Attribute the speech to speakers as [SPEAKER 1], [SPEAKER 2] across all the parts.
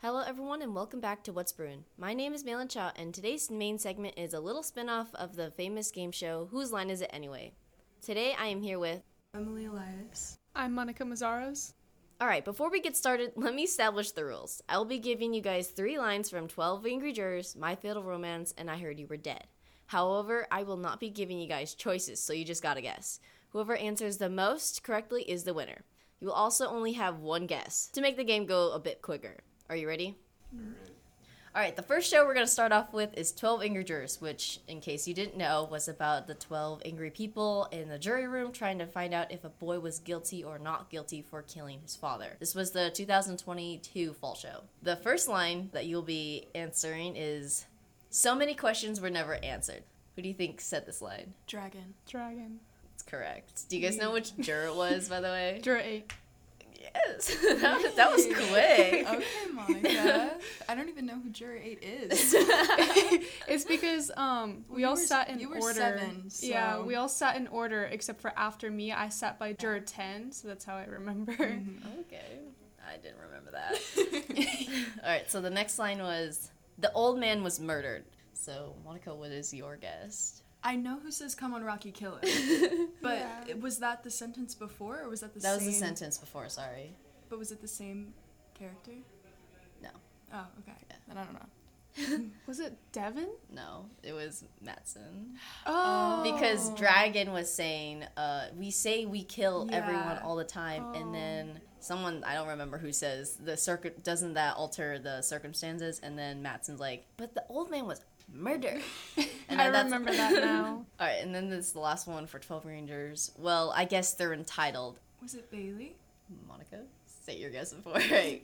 [SPEAKER 1] Hello, everyone, and welcome back to What's Brewin'. My name is Malin Chow, and today's main segment is a little spin off of the famous game show Whose Line Is It Anyway? Today, I am here with.
[SPEAKER 2] Emily Elias.
[SPEAKER 3] I'm Monica Mazzaros.
[SPEAKER 1] Alright, before we get started, let me establish the rules. I will be giving you guys three lines from 12 Angry Jurors, My Fatal Romance, and I Heard You Were Dead. However, I will not be giving you guys choices, so you just gotta guess. Whoever answers the most correctly is the winner. You will also only have one guess to make the game go a bit quicker. Are you ready? All right, the first show we're going to start off with is 12 Angry Jurors, which, in case you didn't know, was about the 12 angry people in the jury room trying to find out if a boy was guilty or not guilty for killing his father. This was the 2022 fall show. The first line that you'll be answering is So many questions were never answered. Who do you think said this line?
[SPEAKER 2] Dragon.
[SPEAKER 3] Dragon.
[SPEAKER 1] It's correct. Do you guys know which juror it was, by the way?
[SPEAKER 3] Juror 8.
[SPEAKER 1] Yes. that, was, that was quick.
[SPEAKER 2] Okay, Monica. I don't even know who Juror 8 is.
[SPEAKER 3] It's because um, we
[SPEAKER 2] you
[SPEAKER 3] all
[SPEAKER 2] were-
[SPEAKER 3] sat in
[SPEAKER 2] you were
[SPEAKER 3] order.
[SPEAKER 2] seven,
[SPEAKER 3] Yeah,
[SPEAKER 2] so-
[SPEAKER 3] we all sat in order except for after me. I sat by juror 10, so that's how I remember.
[SPEAKER 2] Mm-hmm.
[SPEAKER 1] Okay. I didn't remember that. All right, so the next line was the old man was murdered. So, Monica, what is your guess?
[SPEAKER 2] I know who says, come on, Rocky, kill it. But it- was that the sentence before, or was that the
[SPEAKER 1] That
[SPEAKER 2] same?
[SPEAKER 1] was the sentence before, sorry.
[SPEAKER 2] But was it the same character?
[SPEAKER 1] No.
[SPEAKER 2] Oh, okay. Then I don't know.
[SPEAKER 3] Was it Devin?
[SPEAKER 1] No, it was Matson.
[SPEAKER 2] Um,
[SPEAKER 3] Oh.
[SPEAKER 1] Because Dragon was saying, uh, we say we kill everyone
[SPEAKER 2] Yeah.
[SPEAKER 1] all the time,
[SPEAKER 3] Oh.
[SPEAKER 1] and then someone, I don't remember who says, the circu- doesn't that alter the circumstances? And then Matson's like, but the old man was murdered. And
[SPEAKER 3] I
[SPEAKER 1] then that's-
[SPEAKER 3] remember that now.
[SPEAKER 1] All right, and then this is the last one for 12 Rangers. Well, I guess they're entitled.
[SPEAKER 2] Was it Bailey?
[SPEAKER 1] Monica, say your guess before. I-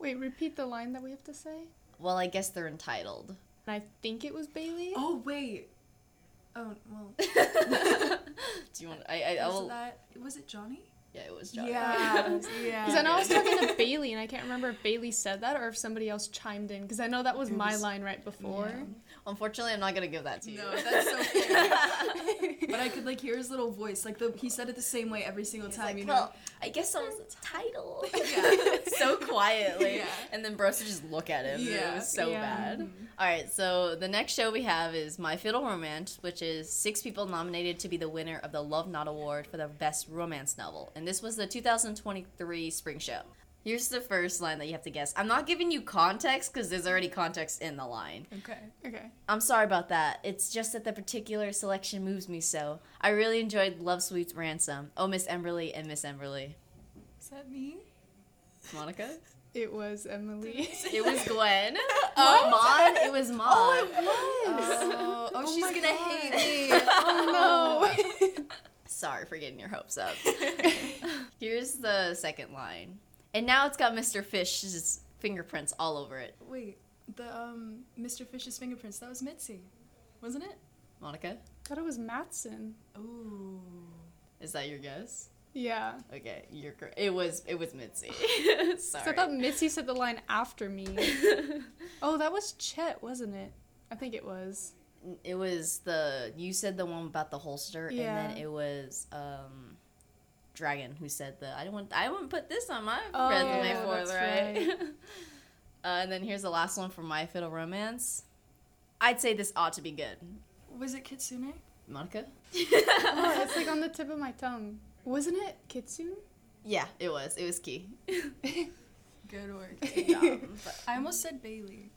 [SPEAKER 3] Wait, repeat the line that we have to say.
[SPEAKER 1] Well, I guess they're entitled.
[SPEAKER 3] And I think it was Bailey.
[SPEAKER 2] Oh, wait. Oh, well.
[SPEAKER 1] Do you want? I, I, I
[SPEAKER 2] Was it
[SPEAKER 1] will.
[SPEAKER 2] that? Was it Johnny?
[SPEAKER 1] Yeah, it was Johnny.
[SPEAKER 2] Yeah. yeah.
[SPEAKER 3] Because I know I was talking to Bailey, and I can't remember if Bailey said that or if somebody else chimed in. Because I know that was
[SPEAKER 2] It
[SPEAKER 3] my
[SPEAKER 2] was-
[SPEAKER 3] line right before.
[SPEAKER 1] Unfortunately, I'm not gonna give that to you.
[SPEAKER 2] No, that's so fair. But I could like hear his little voice, like the he said it the same way every single
[SPEAKER 1] He's
[SPEAKER 2] time.
[SPEAKER 1] like,
[SPEAKER 2] you know,
[SPEAKER 1] well, I guess someone's entitled.
[SPEAKER 2] Yeah.
[SPEAKER 1] so quietly.
[SPEAKER 2] Yeah.
[SPEAKER 1] And then Brosa just look at him. It
[SPEAKER 2] Yeah. Mm-hmm.
[SPEAKER 1] was so
[SPEAKER 3] Yeah.
[SPEAKER 1] bad. All right, so the next show we have is My Fiddle Romance, which is six people nominated to be the winner of the Love Not Award for the Best Romance Novel. And this was the 2023 spring show. Here's the first line that you have to guess. I'm not giving you context because there's already context in the line.
[SPEAKER 2] okay.
[SPEAKER 3] Okay.
[SPEAKER 1] I'm sorry about that. It's just that the particular selection moves me so. I really enjoyed Love Sweet's Ransom. Oh, Miss Emberly and Miss Emberly.
[SPEAKER 2] Is that me?
[SPEAKER 1] Monica?
[SPEAKER 3] It was Emily.
[SPEAKER 1] It was Gwen. Oh, Mon. It was Mon.
[SPEAKER 2] Oh, oh, she's gonna hate me.
[SPEAKER 3] oh no.
[SPEAKER 1] Sorry for getting your hopes up. Here's the second line. And now it's got Mr. Fish's fingerprints all over it.
[SPEAKER 2] Wait, the um, Mr. Fish's fingerprints. That was Mitzi, wasn't it?
[SPEAKER 1] Monica,
[SPEAKER 3] thought it was Matson.
[SPEAKER 2] Ooh.
[SPEAKER 1] is that your guess?
[SPEAKER 3] Yeah.
[SPEAKER 1] Okay, you're correct. It was it was Mitzi. Sorry.
[SPEAKER 3] So I thought Mitzi said the line after me. oh, that was Chet, wasn't it? I think it was.
[SPEAKER 1] it was the you said the one about the holster and then
[SPEAKER 3] Yeah.
[SPEAKER 1] it was um dragon who said the i don't want i wouldn't put this on my
[SPEAKER 3] Oh,
[SPEAKER 1] resume
[SPEAKER 3] yeah,
[SPEAKER 1] for
[SPEAKER 3] that's
[SPEAKER 1] right, uh, and then here's the last one for my fiddle romance i'd say this ought to be good
[SPEAKER 2] Was it Kitsune?
[SPEAKER 1] monica
[SPEAKER 3] Oh, it's like on the tip of my tongue. Wasn't it Kitsune?
[SPEAKER 1] yeah it was it was key
[SPEAKER 2] Good work.
[SPEAKER 1] Um, but
[SPEAKER 2] I almost said Bailey.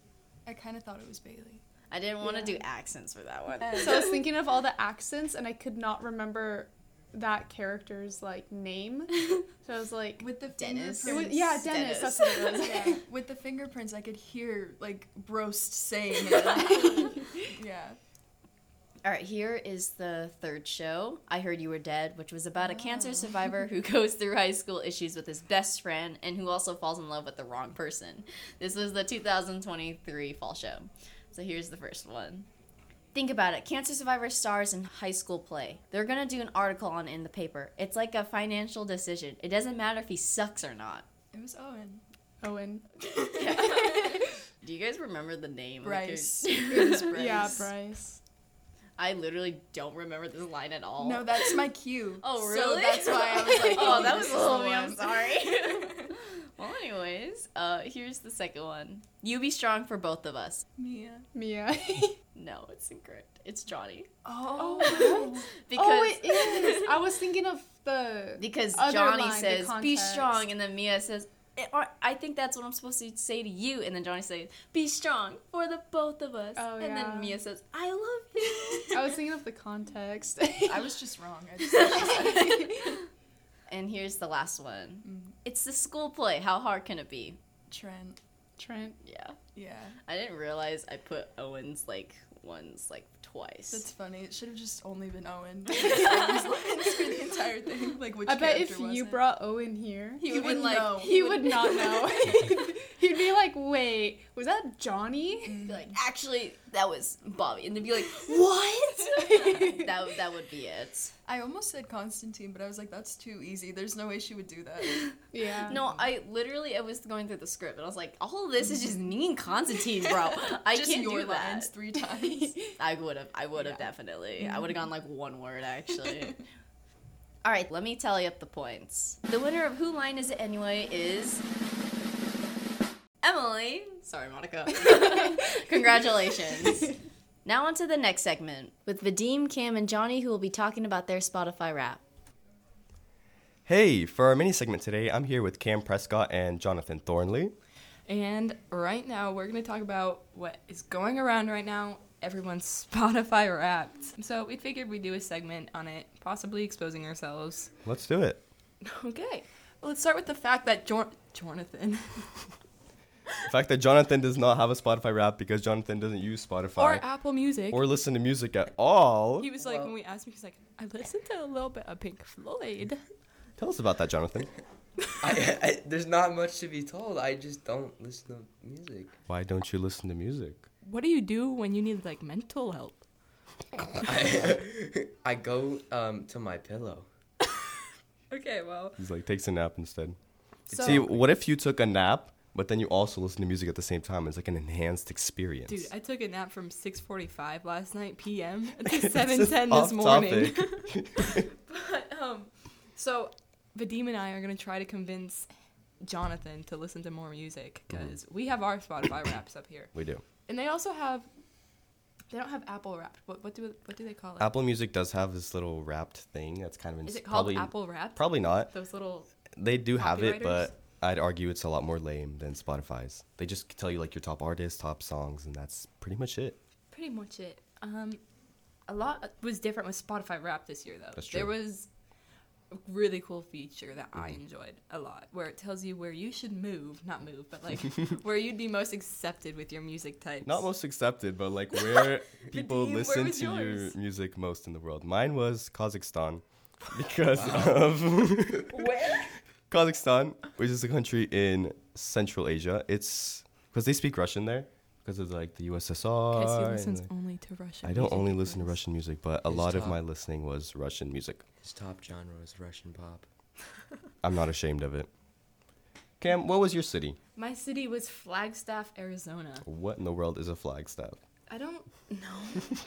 [SPEAKER 2] I kind of thought it was Bailey.
[SPEAKER 1] i didn't want to
[SPEAKER 3] Yeah.
[SPEAKER 1] do accents for that one
[SPEAKER 3] So I was thinking of all the accents and I could not remember that character's like name. So I was like
[SPEAKER 2] With the
[SPEAKER 1] Dennis.
[SPEAKER 2] fingerprints.
[SPEAKER 3] it was yeah, Dennis,
[SPEAKER 1] Dennis.
[SPEAKER 3] that's what it was.
[SPEAKER 2] yeah. With the fingerprints, I could hear like Brost saying it. yeah.
[SPEAKER 1] All right, here is the third show, I Heard You Were Dead, which was about a
[SPEAKER 2] Oh.
[SPEAKER 1] cancer survivor who goes through high school issues with his best friend and who also falls in love with the wrong person. This was the 2023 fall show. So here's the first one. Think about it. Cancer survivor stars in high school play. They're going to do an article on it in the paper. It's like a financial decision. It doesn't matter if he sucks or not.
[SPEAKER 2] It was Owen.
[SPEAKER 3] Owen.
[SPEAKER 1] Do you guys remember the name? of the
[SPEAKER 2] Bryce.
[SPEAKER 1] character?
[SPEAKER 2] It was Bryce.
[SPEAKER 3] Yeah, Bryce.
[SPEAKER 1] I literally don't remember this line at all.
[SPEAKER 2] No, that's my cue.
[SPEAKER 1] Oh,
[SPEAKER 2] So
[SPEAKER 1] really?
[SPEAKER 2] that's why I was like,
[SPEAKER 1] oh, that
[SPEAKER 2] this
[SPEAKER 1] was a
[SPEAKER 2] is the
[SPEAKER 1] little me. I'm
[SPEAKER 2] one.
[SPEAKER 1] sorry. Well, anyways, uh, here's the second one.
[SPEAKER 4] You be strong for both of us.
[SPEAKER 2] Mia.
[SPEAKER 3] Mia.
[SPEAKER 1] No, it's incorrect. It's Johnny.
[SPEAKER 2] Oh,
[SPEAKER 1] Because
[SPEAKER 3] oh, it is. I was thinking of the.
[SPEAKER 1] because
[SPEAKER 3] Other
[SPEAKER 1] Johnny
[SPEAKER 3] line, the
[SPEAKER 1] says be
[SPEAKER 3] context.
[SPEAKER 1] strong, and then Mia says. "Eh, or- I think that's what I'm supposed to say to you, and then Johnny says, "Be strong for the both of us,"
[SPEAKER 3] Oh,
[SPEAKER 1] and
[SPEAKER 3] yeah.
[SPEAKER 1] then Mia says, "I love you."
[SPEAKER 3] I was thinking of the context.
[SPEAKER 2] I was just wrong. I just-
[SPEAKER 1] and here's the last one.
[SPEAKER 3] Mm-hmm.
[SPEAKER 1] It's the school play. How hard can it be?
[SPEAKER 2] Trent.
[SPEAKER 3] Trent.
[SPEAKER 1] Yeah,
[SPEAKER 2] Yeah,
[SPEAKER 1] I didn't realize I put Owen's like ones like twice.
[SPEAKER 2] that's funny. It should have just only been Owen. It was like for the entire thing. Like which
[SPEAKER 3] I bet if
[SPEAKER 2] character was
[SPEAKER 3] you
[SPEAKER 2] it.
[SPEAKER 3] brought Owen here,
[SPEAKER 2] He would know.
[SPEAKER 3] he would not know. He'd be like, "Wait, was that Johnny?"
[SPEAKER 1] be like, actually, that was Bobby, and they'd be like, "What?" that that would be it.
[SPEAKER 2] I almost said Constantine, but I was like, that's too easy. There's no way she would do that.
[SPEAKER 3] Yeah.
[SPEAKER 1] No, I literally I was going through the script and I was like, all of this is just me and Constantine, bro. I
[SPEAKER 2] just
[SPEAKER 1] can't
[SPEAKER 2] your
[SPEAKER 1] do that.
[SPEAKER 2] lines three times.
[SPEAKER 1] I would have. I would have definitely. I would have gone like one word actually. All right, let me tally up the points. The winner of Who Line Is It Anyway is Emily. Sorry, Monica. Congratulations. Now on to the next segment.
[SPEAKER 4] With Vadim, Cam, and Johnny, who will be talking about their Spotify rap.
[SPEAKER 5] Hey, for our mini segment today, I'm here with Cam Prescott and Jonathan Thornley.
[SPEAKER 6] And right now, we're going to talk about what is going around right now. Everyone's Spotify wrapped. So we figured we'd do a segment on it, possibly exposing ourselves.
[SPEAKER 5] Let's do it.
[SPEAKER 6] Okay. Well, let's start with the fact that Jor- Jonathan.
[SPEAKER 5] The fact that Jonathan does not have a Spotify rap because Jonathan doesn't use
[SPEAKER 6] or uh,
[SPEAKER 5] Spotify
[SPEAKER 6] Apple Music.
[SPEAKER 5] or listen to music at all.
[SPEAKER 6] he was like, when we asked him, he was like, I listened to a little bit of Pink Floyd.
[SPEAKER 5] Tell us about that, Jonathan.
[SPEAKER 7] I, I, there's not much to be told. I just don't listen to music.
[SPEAKER 5] Why don't you listen to music?
[SPEAKER 6] What do you do when you need, like, mental help?
[SPEAKER 7] I, I go um, to my pillow.
[SPEAKER 6] Okay, well.
[SPEAKER 5] He's like takes a nap instead.
[SPEAKER 6] So,
[SPEAKER 5] See, what if you took a nap, but then you also listen to music at the same time? It's like an enhanced experience.
[SPEAKER 6] dude, I took a nap from 6.45 last night p.m. to
[SPEAKER 5] This is
[SPEAKER 6] 7.10
[SPEAKER 5] off
[SPEAKER 6] this morning.
[SPEAKER 5] topic.
[SPEAKER 6] But, um, so Vadim and I are gonna try to convince Jonathan to listen to more music
[SPEAKER 5] Mm-hmm.
[SPEAKER 6] because we have our Spotify wraps up here,
[SPEAKER 5] we do.
[SPEAKER 6] and they also have. They don't have Apple Wrapped. What, what do what do they call it? Is
[SPEAKER 5] Apple Music does have this little wrapped thing that's kind of ins-
[SPEAKER 6] it called
[SPEAKER 5] probably
[SPEAKER 6] Apple Wrapped?
[SPEAKER 5] probably not.
[SPEAKER 6] Those little.
[SPEAKER 5] They do have it,
[SPEAKER 6] Copywriters?
[SPEAKER 5] but I'd argue it's a lot more lame than Spotify's. They just tell you like your top artists, top songs, and that's pretty much it.
[SPEAKER 6] Pretty much it. Um, a lot was different with Spotify Wrapped this year though.
[SPEAKER 5] That's
[SPEAKER 6] There
[SPEAKER 5] true. Mm-hmm.
[SPEAKER 6] was a really cool feature that I enjoyed a lot, where it tells you where you should move, not move, but like where you'd be most accepted with your music types.
[SPEAKER 5] Not most accepted, but like where people
[SPEAKER 6] Vadim, where
[SPEAKER 5] listen
[SPEAKER 6] was
[SPEAKER 5] to
[SPEAKER 6] yours?
[SPEAKER 5] your music most in the world. Mine was Kazakhstan because of where Kazakhstan, which is a country in Central Asia. It's because they speak Russian there because of like the USSR.
[SPEAKER 6] Because he
[SPEAKER 5] and,
[SPEAKER 6] listens
[SPEAKER 5] like-
[SPEAKER 6] only to Russian.
[SPEAKER 5] I don't
[SPEAKER 6] music
[SPEAKER 5] only
[SPEAKER 6] and
[SPEAKER 5] listen to
[SPEAKER 6] things.
[SPEAKER 5] Russian music, but a
[SPEAKER 7] It's
[SPEAKER 5] lot of
[SPEAKER 7] tough.
[SPEAKER 5] my listening was Russian music.
[SPEAKER 7] His top genre is Russian pop.
[SPEAKER 5] I'm not ashamed of it. Cam, what was your city?
[SPEAKER 6] My city was Flagstaff, Arizona.
[SPEAKER 5] What in the world is a Flagstaff?
[SPEAKER 6] I don't know.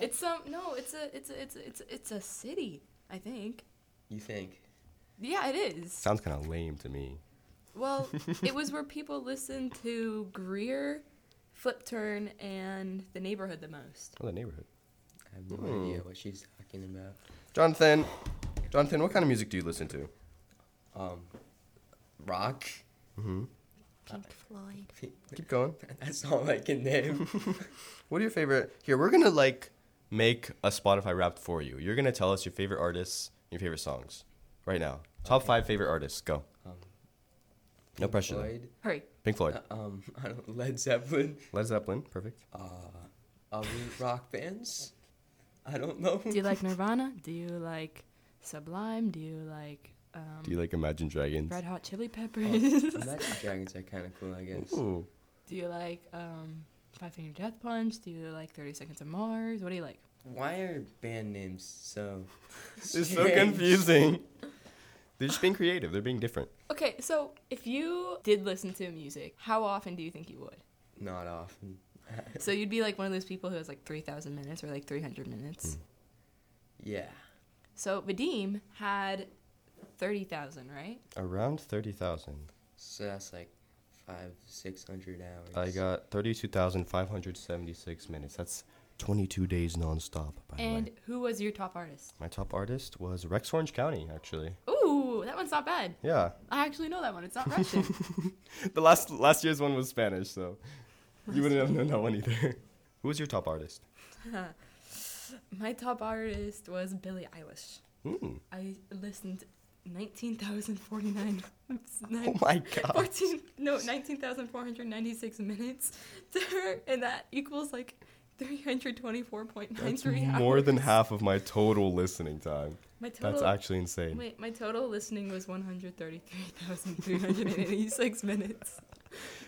[SPEAKER 6] it's um no, it's a it's a, it's a, it's a, it's a city. I think.
[SPEAKER 7] You think?
[SPEAKER 6] Yeah, it is.
[SPEAKER 5] Sounds kind of lame to me.
[SPEAKER 6] Well, it was where people listened to Greer, Flip Turn, and The Neighborhood the most.
[SPEAKER 5] Oh, the neighborhood.
[SPEAKER 7] I have no
[SPEAKER 5] Hmm.
[SPEAKER 7] idea what she's talking about.
[SPEAKER 5] Jonathan, Jonathan, what kind of music do you listen to?
[SPEAKER 7] Um, rock.
[SPEAKER 4] Pink Floyd.
[SPEAKER 5] Keep going.
[SPEAKER 7] That's all I can name.
[SPEAKER 5] What are your favorite? Here, we're gonna like make a Spotify rap for you. You're gonna tell us your favorite artists, your favorite songs, right now. Top five favorite artists. Go.
[SPEAKER 7] Um,
[SPEAKER 5] No pressure. though.
[SPEAKER 7] Floyd.
[SPEAKER 6] Hurry.
[SPEAKER 5] Pink Floyd,
[SPEAKER 7] Uh, um, I don't, Led Zeppelin.
[SPEAKER 5] Led Zeppelin, perfect.
[SPEAKER 7] Uh, other rock bands. I don't know.
[SPEAKER 6] Do you like Nirvana? Do you like Sublime? Do you like um,
[SPEAKER 5] Do you like Imagine Dragons?
[SPEAKER 6] Red Hot Chili Peppers?
[SPEAKER 7] Oh, Imagine Dragons are kind of cool, I guess.
[SPEAKER 5] Ooh.
[SPEAKER 6] do you like um, Five Finger Death Punch? Do you like Thirty Seconds of Mars? What do you like?
[SPEAKER 7] Why are band names so?
[SPEAKER 5] It's so
[SPEAKER 7] strange?
[SPEAKER 5] confusing. They're just being creative. They're being different.
[SPEAKER 6] Okay, so if you did listen to music, how often do you think you would?
[SPEAKER 7] Not often.
[SPEAKER 6] So you'd be like one of those people who has like 3,000 minutes or like 300 minutes.
[SPEAKER 7] Yeah.
[SPEAKER 6] So Vadim had 30,000, right?
[SPEAKER 5] Around 30,000.
[SPEAKER 7] So that's like five, six hundred hours.
[SPEAKER 5] I got 32,576 minutes. That's 22 days nonstop, by the
[SPEAKER 6] And
[SPEAKER 5] way.
[SPEAKER 6] who was your top artist?
[SPEAKER 5] My top artist was Rex Orange County, actually.
[SPEAKER 6] Ooh, that one's not bad.
[SPEAKER 5] Yeah.
[SPEAKER 6] I actually know that one. It's not Russian.
[SPEAKER 5] The last last year's one was Spanish, so you wouldn't have known that one either. Who was your top artist?
[SPEAKER 6] My top artist was Billie Eilish.
[SPEAKER 5] Mm.
[SPEAKER 6] I listened 19,049. it's
[SPEAKER 5] Oh
[SPEAKER 6] nine-
[SPEAKER 5] my god.
[SPEAKER 6] 14, no, 19,496 minutes to her, and that equals like 324.93
[SPEAKER 5] That's
[SPEAKER 6] hours.
[SPEAKER 5] more than half of my total listening time.
[SPEAKER 6] My total,
[SPEAKER 5] That's actually insane.
[SPEAKER 6] Wait, my total listening was 133,386 minutes.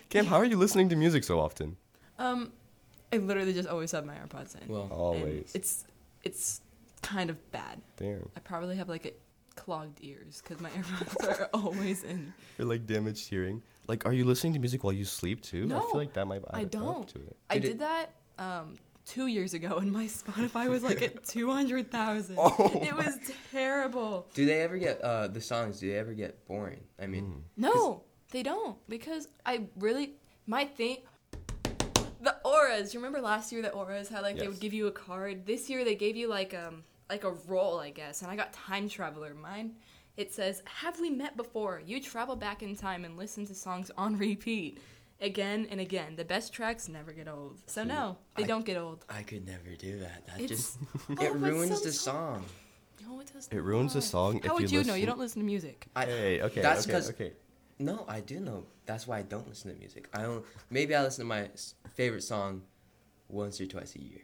[SPEAKER 5] Cam, how are you listening to music so often?
[SPEAKER 6] Um, I literally just always have my AirPods in.
[SPEAKER 7] Well,
[SPEAKER 5] Oh.
[SPEAKER 6] and
[SPEAKER 5] Always.
[SPEAKER 6] It's, it's kind of bad.
[SPEAKER 5] Damn.
[SPEAKER 6] I probably have like a clogged ears because my AirPods are always in.
[SPEAKER 5] You're like damaged hearing. Like, are you listening to music while you sleep too? I
[SPEAKER 6] No,
[SPEAKER 5] feel like that might
[SPEAKER 6] I
[SPEAKER 5] add up
[SPEAKER 6] don't.
[SPEAKER 5] to it.
[SPEAKER 6] I
[SPEAKER 7] Did it-
[SPEAKER 6] did that um, two years ago, and my Spotify was like at two hundred thousand.
[SPEAKER 5] Oh
[SPEAKER 6] it was terrible.
[SPEAKER 7] do they ever get uh the songs? Do they ever get boring? I
[SPEAKER 5] Mm.
[SPEAKER 7] mean,
[SPEAKER 6] No, they don't because I really my thing. The auras. You remember last year the auras how like they
[SPEAKER 5] Yes.
[SPEAKER 6] would give you a card. This year they gave you like um like a roll I guess, and I got time traveler. Mine it says have we met before? You travel back in time and listen to songs on repeat again and again. The best tracks never get old. So no, they
[SPEAKER 7] I-
[SPEAKER 6] don't get old.
[SPEAKER 7] I could never do that. That
[SPEAKER 6] It's-
[SPEAKER 7] just
[SPEAKER 6] Oh,
[SPEAKER 7] it
[SPEAKER 6] but
[SPEAKER 7] ruins the
[SPEAKER 6] sometimes-
[SPEAKER 7] song.
[SPEAKER 6] No, it does.
[SPEAKER 5] It ruins the
[SPEAKER 6] not.
[SPEAKER 5] song
[SPEAKER 6] How
[SPEAKER 5] if
[SPEAKER 6] would you know? You
[SPEAKER 5] listen-
[SPEAKER 6] don't listen to music.
[SPEAKER 7] I,
[SPEAKER 5] Hey, okay,
[SPEAKER 7] That's
[SPEAKER 5] okay,
[SPEAKER 7] 'cause-
[SPEAKER 5] okay.
[SPEAKER 7] No, I do know. That's why I don't listen to music. I don't. Maybe I listen to my s- favorite song once or twice a year.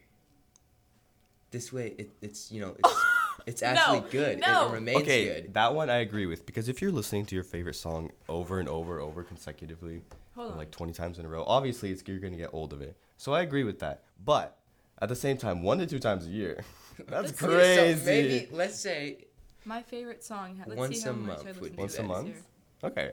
[SPEAKER 7] This way, it, it's you know, it's it's actually good.
[SPEAKER 6] no.
[SPEAKER 7] It remains
[SPEAKER 5] okay,
[SPEAKER 7] good.
[SPEAKER 5] that one I agree with because if you're listening to your favorite song over and over over consecutively,
[SPEAKER 6] Hold on.
[SPEAKER 5] like 20 times in a row, obviously it's you're gonna get old of it. So I agree with that. But at the same time, one to two times a year, that's
[SPEAKER 7] Okay,
[SPEAKER 5] crazy.
[SPEAKER 7] So maybe let's say
[SPEAKER 6] My favorite song. Let's
[SPEAKER 7] Once
[SPEAKER 6] see
[SPEAKER 7] a
[SPEAKER 6] how much
[SPEAKER 7] month
[SPEAKER 6] I
[SPEAKER 7] would
[SPEAKER 6] listen
[SPEAKER 7] be
[SPEAKER 6] to
[SPEAKER 5] Once a
[SPEAKER 6] this
[SPEAKER 5] month?
[SPEAKER 6] year.
[SPEAKER 5] Okay,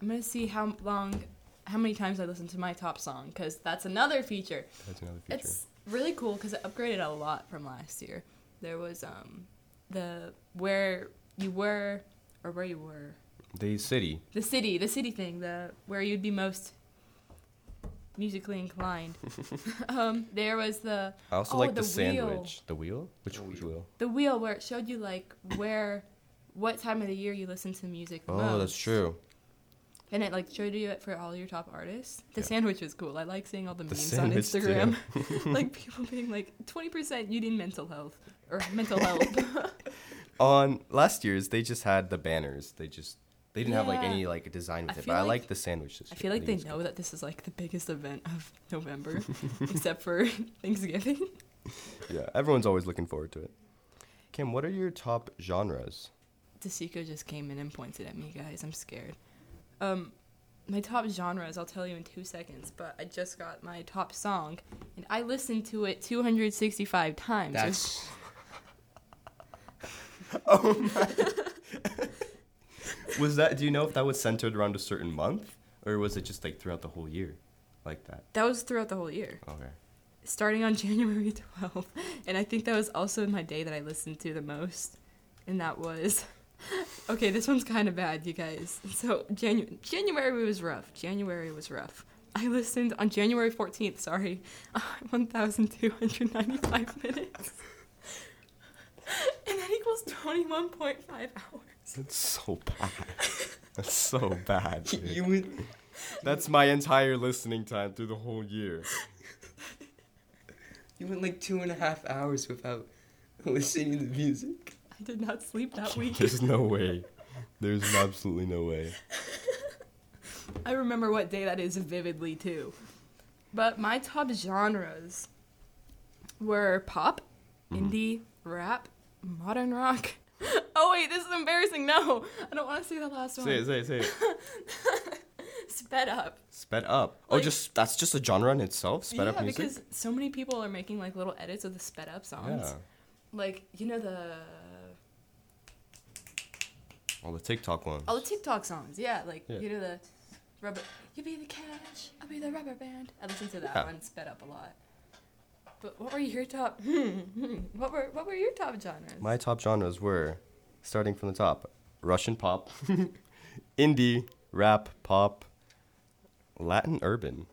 [SPEAKER 6] I'm gonna see how long, how many times I listen to my top song because that's another feature.
[SPEAKER 5] that's another feature.
[SPEAKER 6] It's really cool because it upgraded a lot from last year. There was um, the where you were or where you were,
[SPEAKER 5] the city.
[SPEAKER 6] the city, the city thing, the where you'd be most musically inclined. um, there was the
[SPEAKER 5] I also
[SPEAKER 6] Oh,
[SPEAKER 5] like the,
[SPEAKER 6] the wheel.
[SPEAKER 5] sandwich. The wheel? Which, which wheel?
[SPEAKER 6] the wheel where it showed you like where, what time of the year you listen to music. the
[SPEAKER 5] Oh, that's
[SPEAKER 6] most.
[SPEAKER 5] true.
[SPEAKER 6] And it like showed you it for all your top artists. The
[SPEAKER 5] Yeah.
[SPEAKER 6] sandwich was cool. I like seeing all the,
[SPEAKER 5] The
[SPEAKER 6] memes on
[SPEAKER 5] sandwich, too.
[SPEAKER 6] Instagram. like people being like, 20% you need mental health or mental health.
[SPEAKER 5] on last year's they just had the banners they just they didn't have like
[SPEAKER 6] Yeah.
[SPEAKER 5] any like design with
[SPEAKER 6] I
[SPEAKER 5] it but
[SPEAKER 6] feel
[SPEAKER 5] i
[SPEAKER 6] like-
[SPEAKER 5] like the sandwich this
[SPEAKER 6] I
[SPEAKER 5] year.
[SPEAKER 6] feel like they
[SPEAKER 5] think it's
[SPEAKER 6] know that this is like the biggest event of November, except for Thanksgiving.
[SPEAKER 5] good. yeah everyone's always looking forward to it kim what are your top genres
[SPEAKER 6] DeSico just came in and pointed at me, guys. I'm scared. Um, my top genres, I'll tell you in two seconds, but I just got my top song, and I listened to it 265 times.
[SPEAKER 7] that's
[SPEAKER 5] was that do you know if that was centered around a certain month or was it just like throughout the whole year like that
[SPEAKER 6] that was throughout the whole year.
[SPEAKER 5] okay
[SPEAKER 6] starting on January 12th. And I think that was also my day that I listened to the most. And that was. Okay, this one's kind of bad, you guys. So, Janu- January was rough. January was rough. I listened on January 14th, sorry, 1,295 minutes. and that equals 21.5 hours.
[SPEAKER 5] that's so bad that's so bad dude.
[SPEAKER 7] you would.
[SPEAKER 5] that's my entire listening time through the whole year
[SPEAKER 7] You went like two and a half hours without listening to music.
[SPEAKER 6] I did not sleep that week.
[SPEAKER 5] there's no way there's absolutely no way
[SPEAKER 6] I remember what day that is vividly too. But my top genres were pop,
[SPEAKER 5] Mm-hmm.
[SPEAKER 6] indie, rap, modern rock. oh wait, this is embarrassing. No, I don't want to say the last one.
[SPEAKER 5] say it say it say it
[SPEAKER 6] Sped up.
[SPEAKER 5] sped up oh
[SPEAKER 6] Like-
[SPEAKER 5] just that's just a genre in itself sped
[SPEAKER 6] yeah,
[SPEAKER 5] up music
[SPEAKER 6] because so many people are making like little edits of the sped up songs.
[SPEAKER 5] yeah
[SPEAKER 6] Like you know the
[SPEAKER 5] All the TikTok ones.
[SPEAKER 6] all the TikTok songs. Yeah, like
[SPEAKER 5] Yeah.
[SPEAKER 6] you know the rubber. You be the cash, I'll be the rubber band. I listened to that
[SPEAKER 5] Yeah.
[SPEAKER 6] one sped up a lot. But what were your top? what were what were your top genres?
[SPEAKER 5] My top genres were, starting from the top, Russian pop, indie, rap, pop, Latin urban,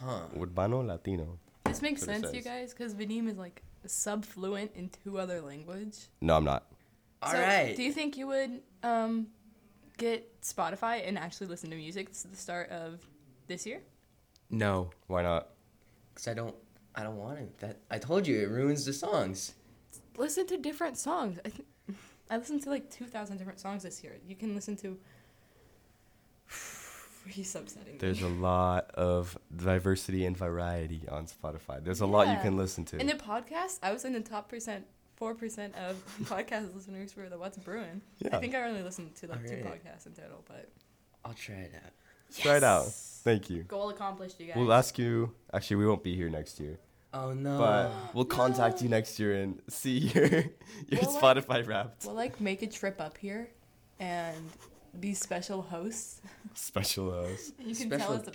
[SPEAKER 7] Huh.
[SPEAKER 5] urbano latino.
[SPEAKER 6] This makes
[SPEAKER 5] That's what it
[SPEAKER 6] sense, you guys, because Vadim is like subfluent in two other language.
[SPEAKER 5] No, I'm not.
[SPEAKER 7] All
[SPEAKER 6] so
[SPEAKER 7] right.
[SPEAKER 6] Do you think you would um, get Spotify and actually listen to music? It's the start of this year.
[SPEAKER 7] No,
[SPEAKER 5] Why not?
[SPEAKER 7] because I don't. I don't want it. That I told you, it ruins the songs.
[SPEAKER 6] Listen to different songs. I, th- I listened to like two thousand different songs this year. You can listen to. He's subsetting. me.
[SPEAKER 5] There's a lot of diversity and variety on Spotify. There's a lot you
[SPEAKER 6] Yeah.
[SPEAKER 5] can listen to.
[SPEAKER 6] In the podcast, I was in the top percent, four percent of podcast listeners for the What's Brewing.
[SPEAKER 5] Yeah.
[SPEAKER 6] I think I only listened to like two
[SPEAKER 7] Alright.
[SPEAKER 6] podcasts in total, but
[SPEAKER 7] I'll try it out.
[SPEAKER 5] Try it out. Thank you.
[SPEAKER 6] goal accomplished, you guys.
[SPEAKER 5] We'll ask you. Actually, we won't be here next year,
[SPEAKER 7] Oh no.
[SPEAKER 5] but we'll contact you next year and see your your
[SPEAKER 6] Well, what-
[SPEAKER 5] Spotify Wrapped
[SPEAKER 6] We'll like make a trip up here and be special hosts.
[SPEAKER 5] special host.
[SPEAKER 6] You can tell
[SPEAKER 7] Special
[SPEAKER 6] us about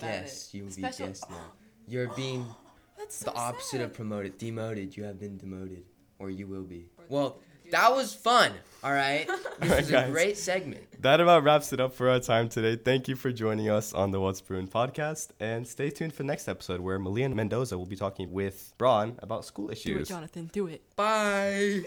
[SPEAKER 6] it.
[SPEAKER 7] guest, you will be
[SPEAKER 6] Special- Oh,
[SPEAKER 7] guest now. You're being
[SPEAKER 6] That's so
[SPEAKER 7] the opposite
[SPEAKER 6] sad.
[SPEAKER 7] of promoted. Demoted. You have been demoted, or you will be. Well, that was fun. All right. This
[SPEAKER 5] Alright,
[SPEAKER 7] was a
[SPEAKER 5] guys.
[SPEAKER 7] great segment.
[SPEAKER 5] That about wraps it up for our time today. Thank you for joining us on the What's Brewing podcast, and stay tuned for next episode where Malia Mendoza will be talking with Braun about school
[SPEAKER 6] Do it,
[SPEAKER 5] issues.
[SPEAKER 6] Jonathan. Do it.
[SPEAKER 7] Bye.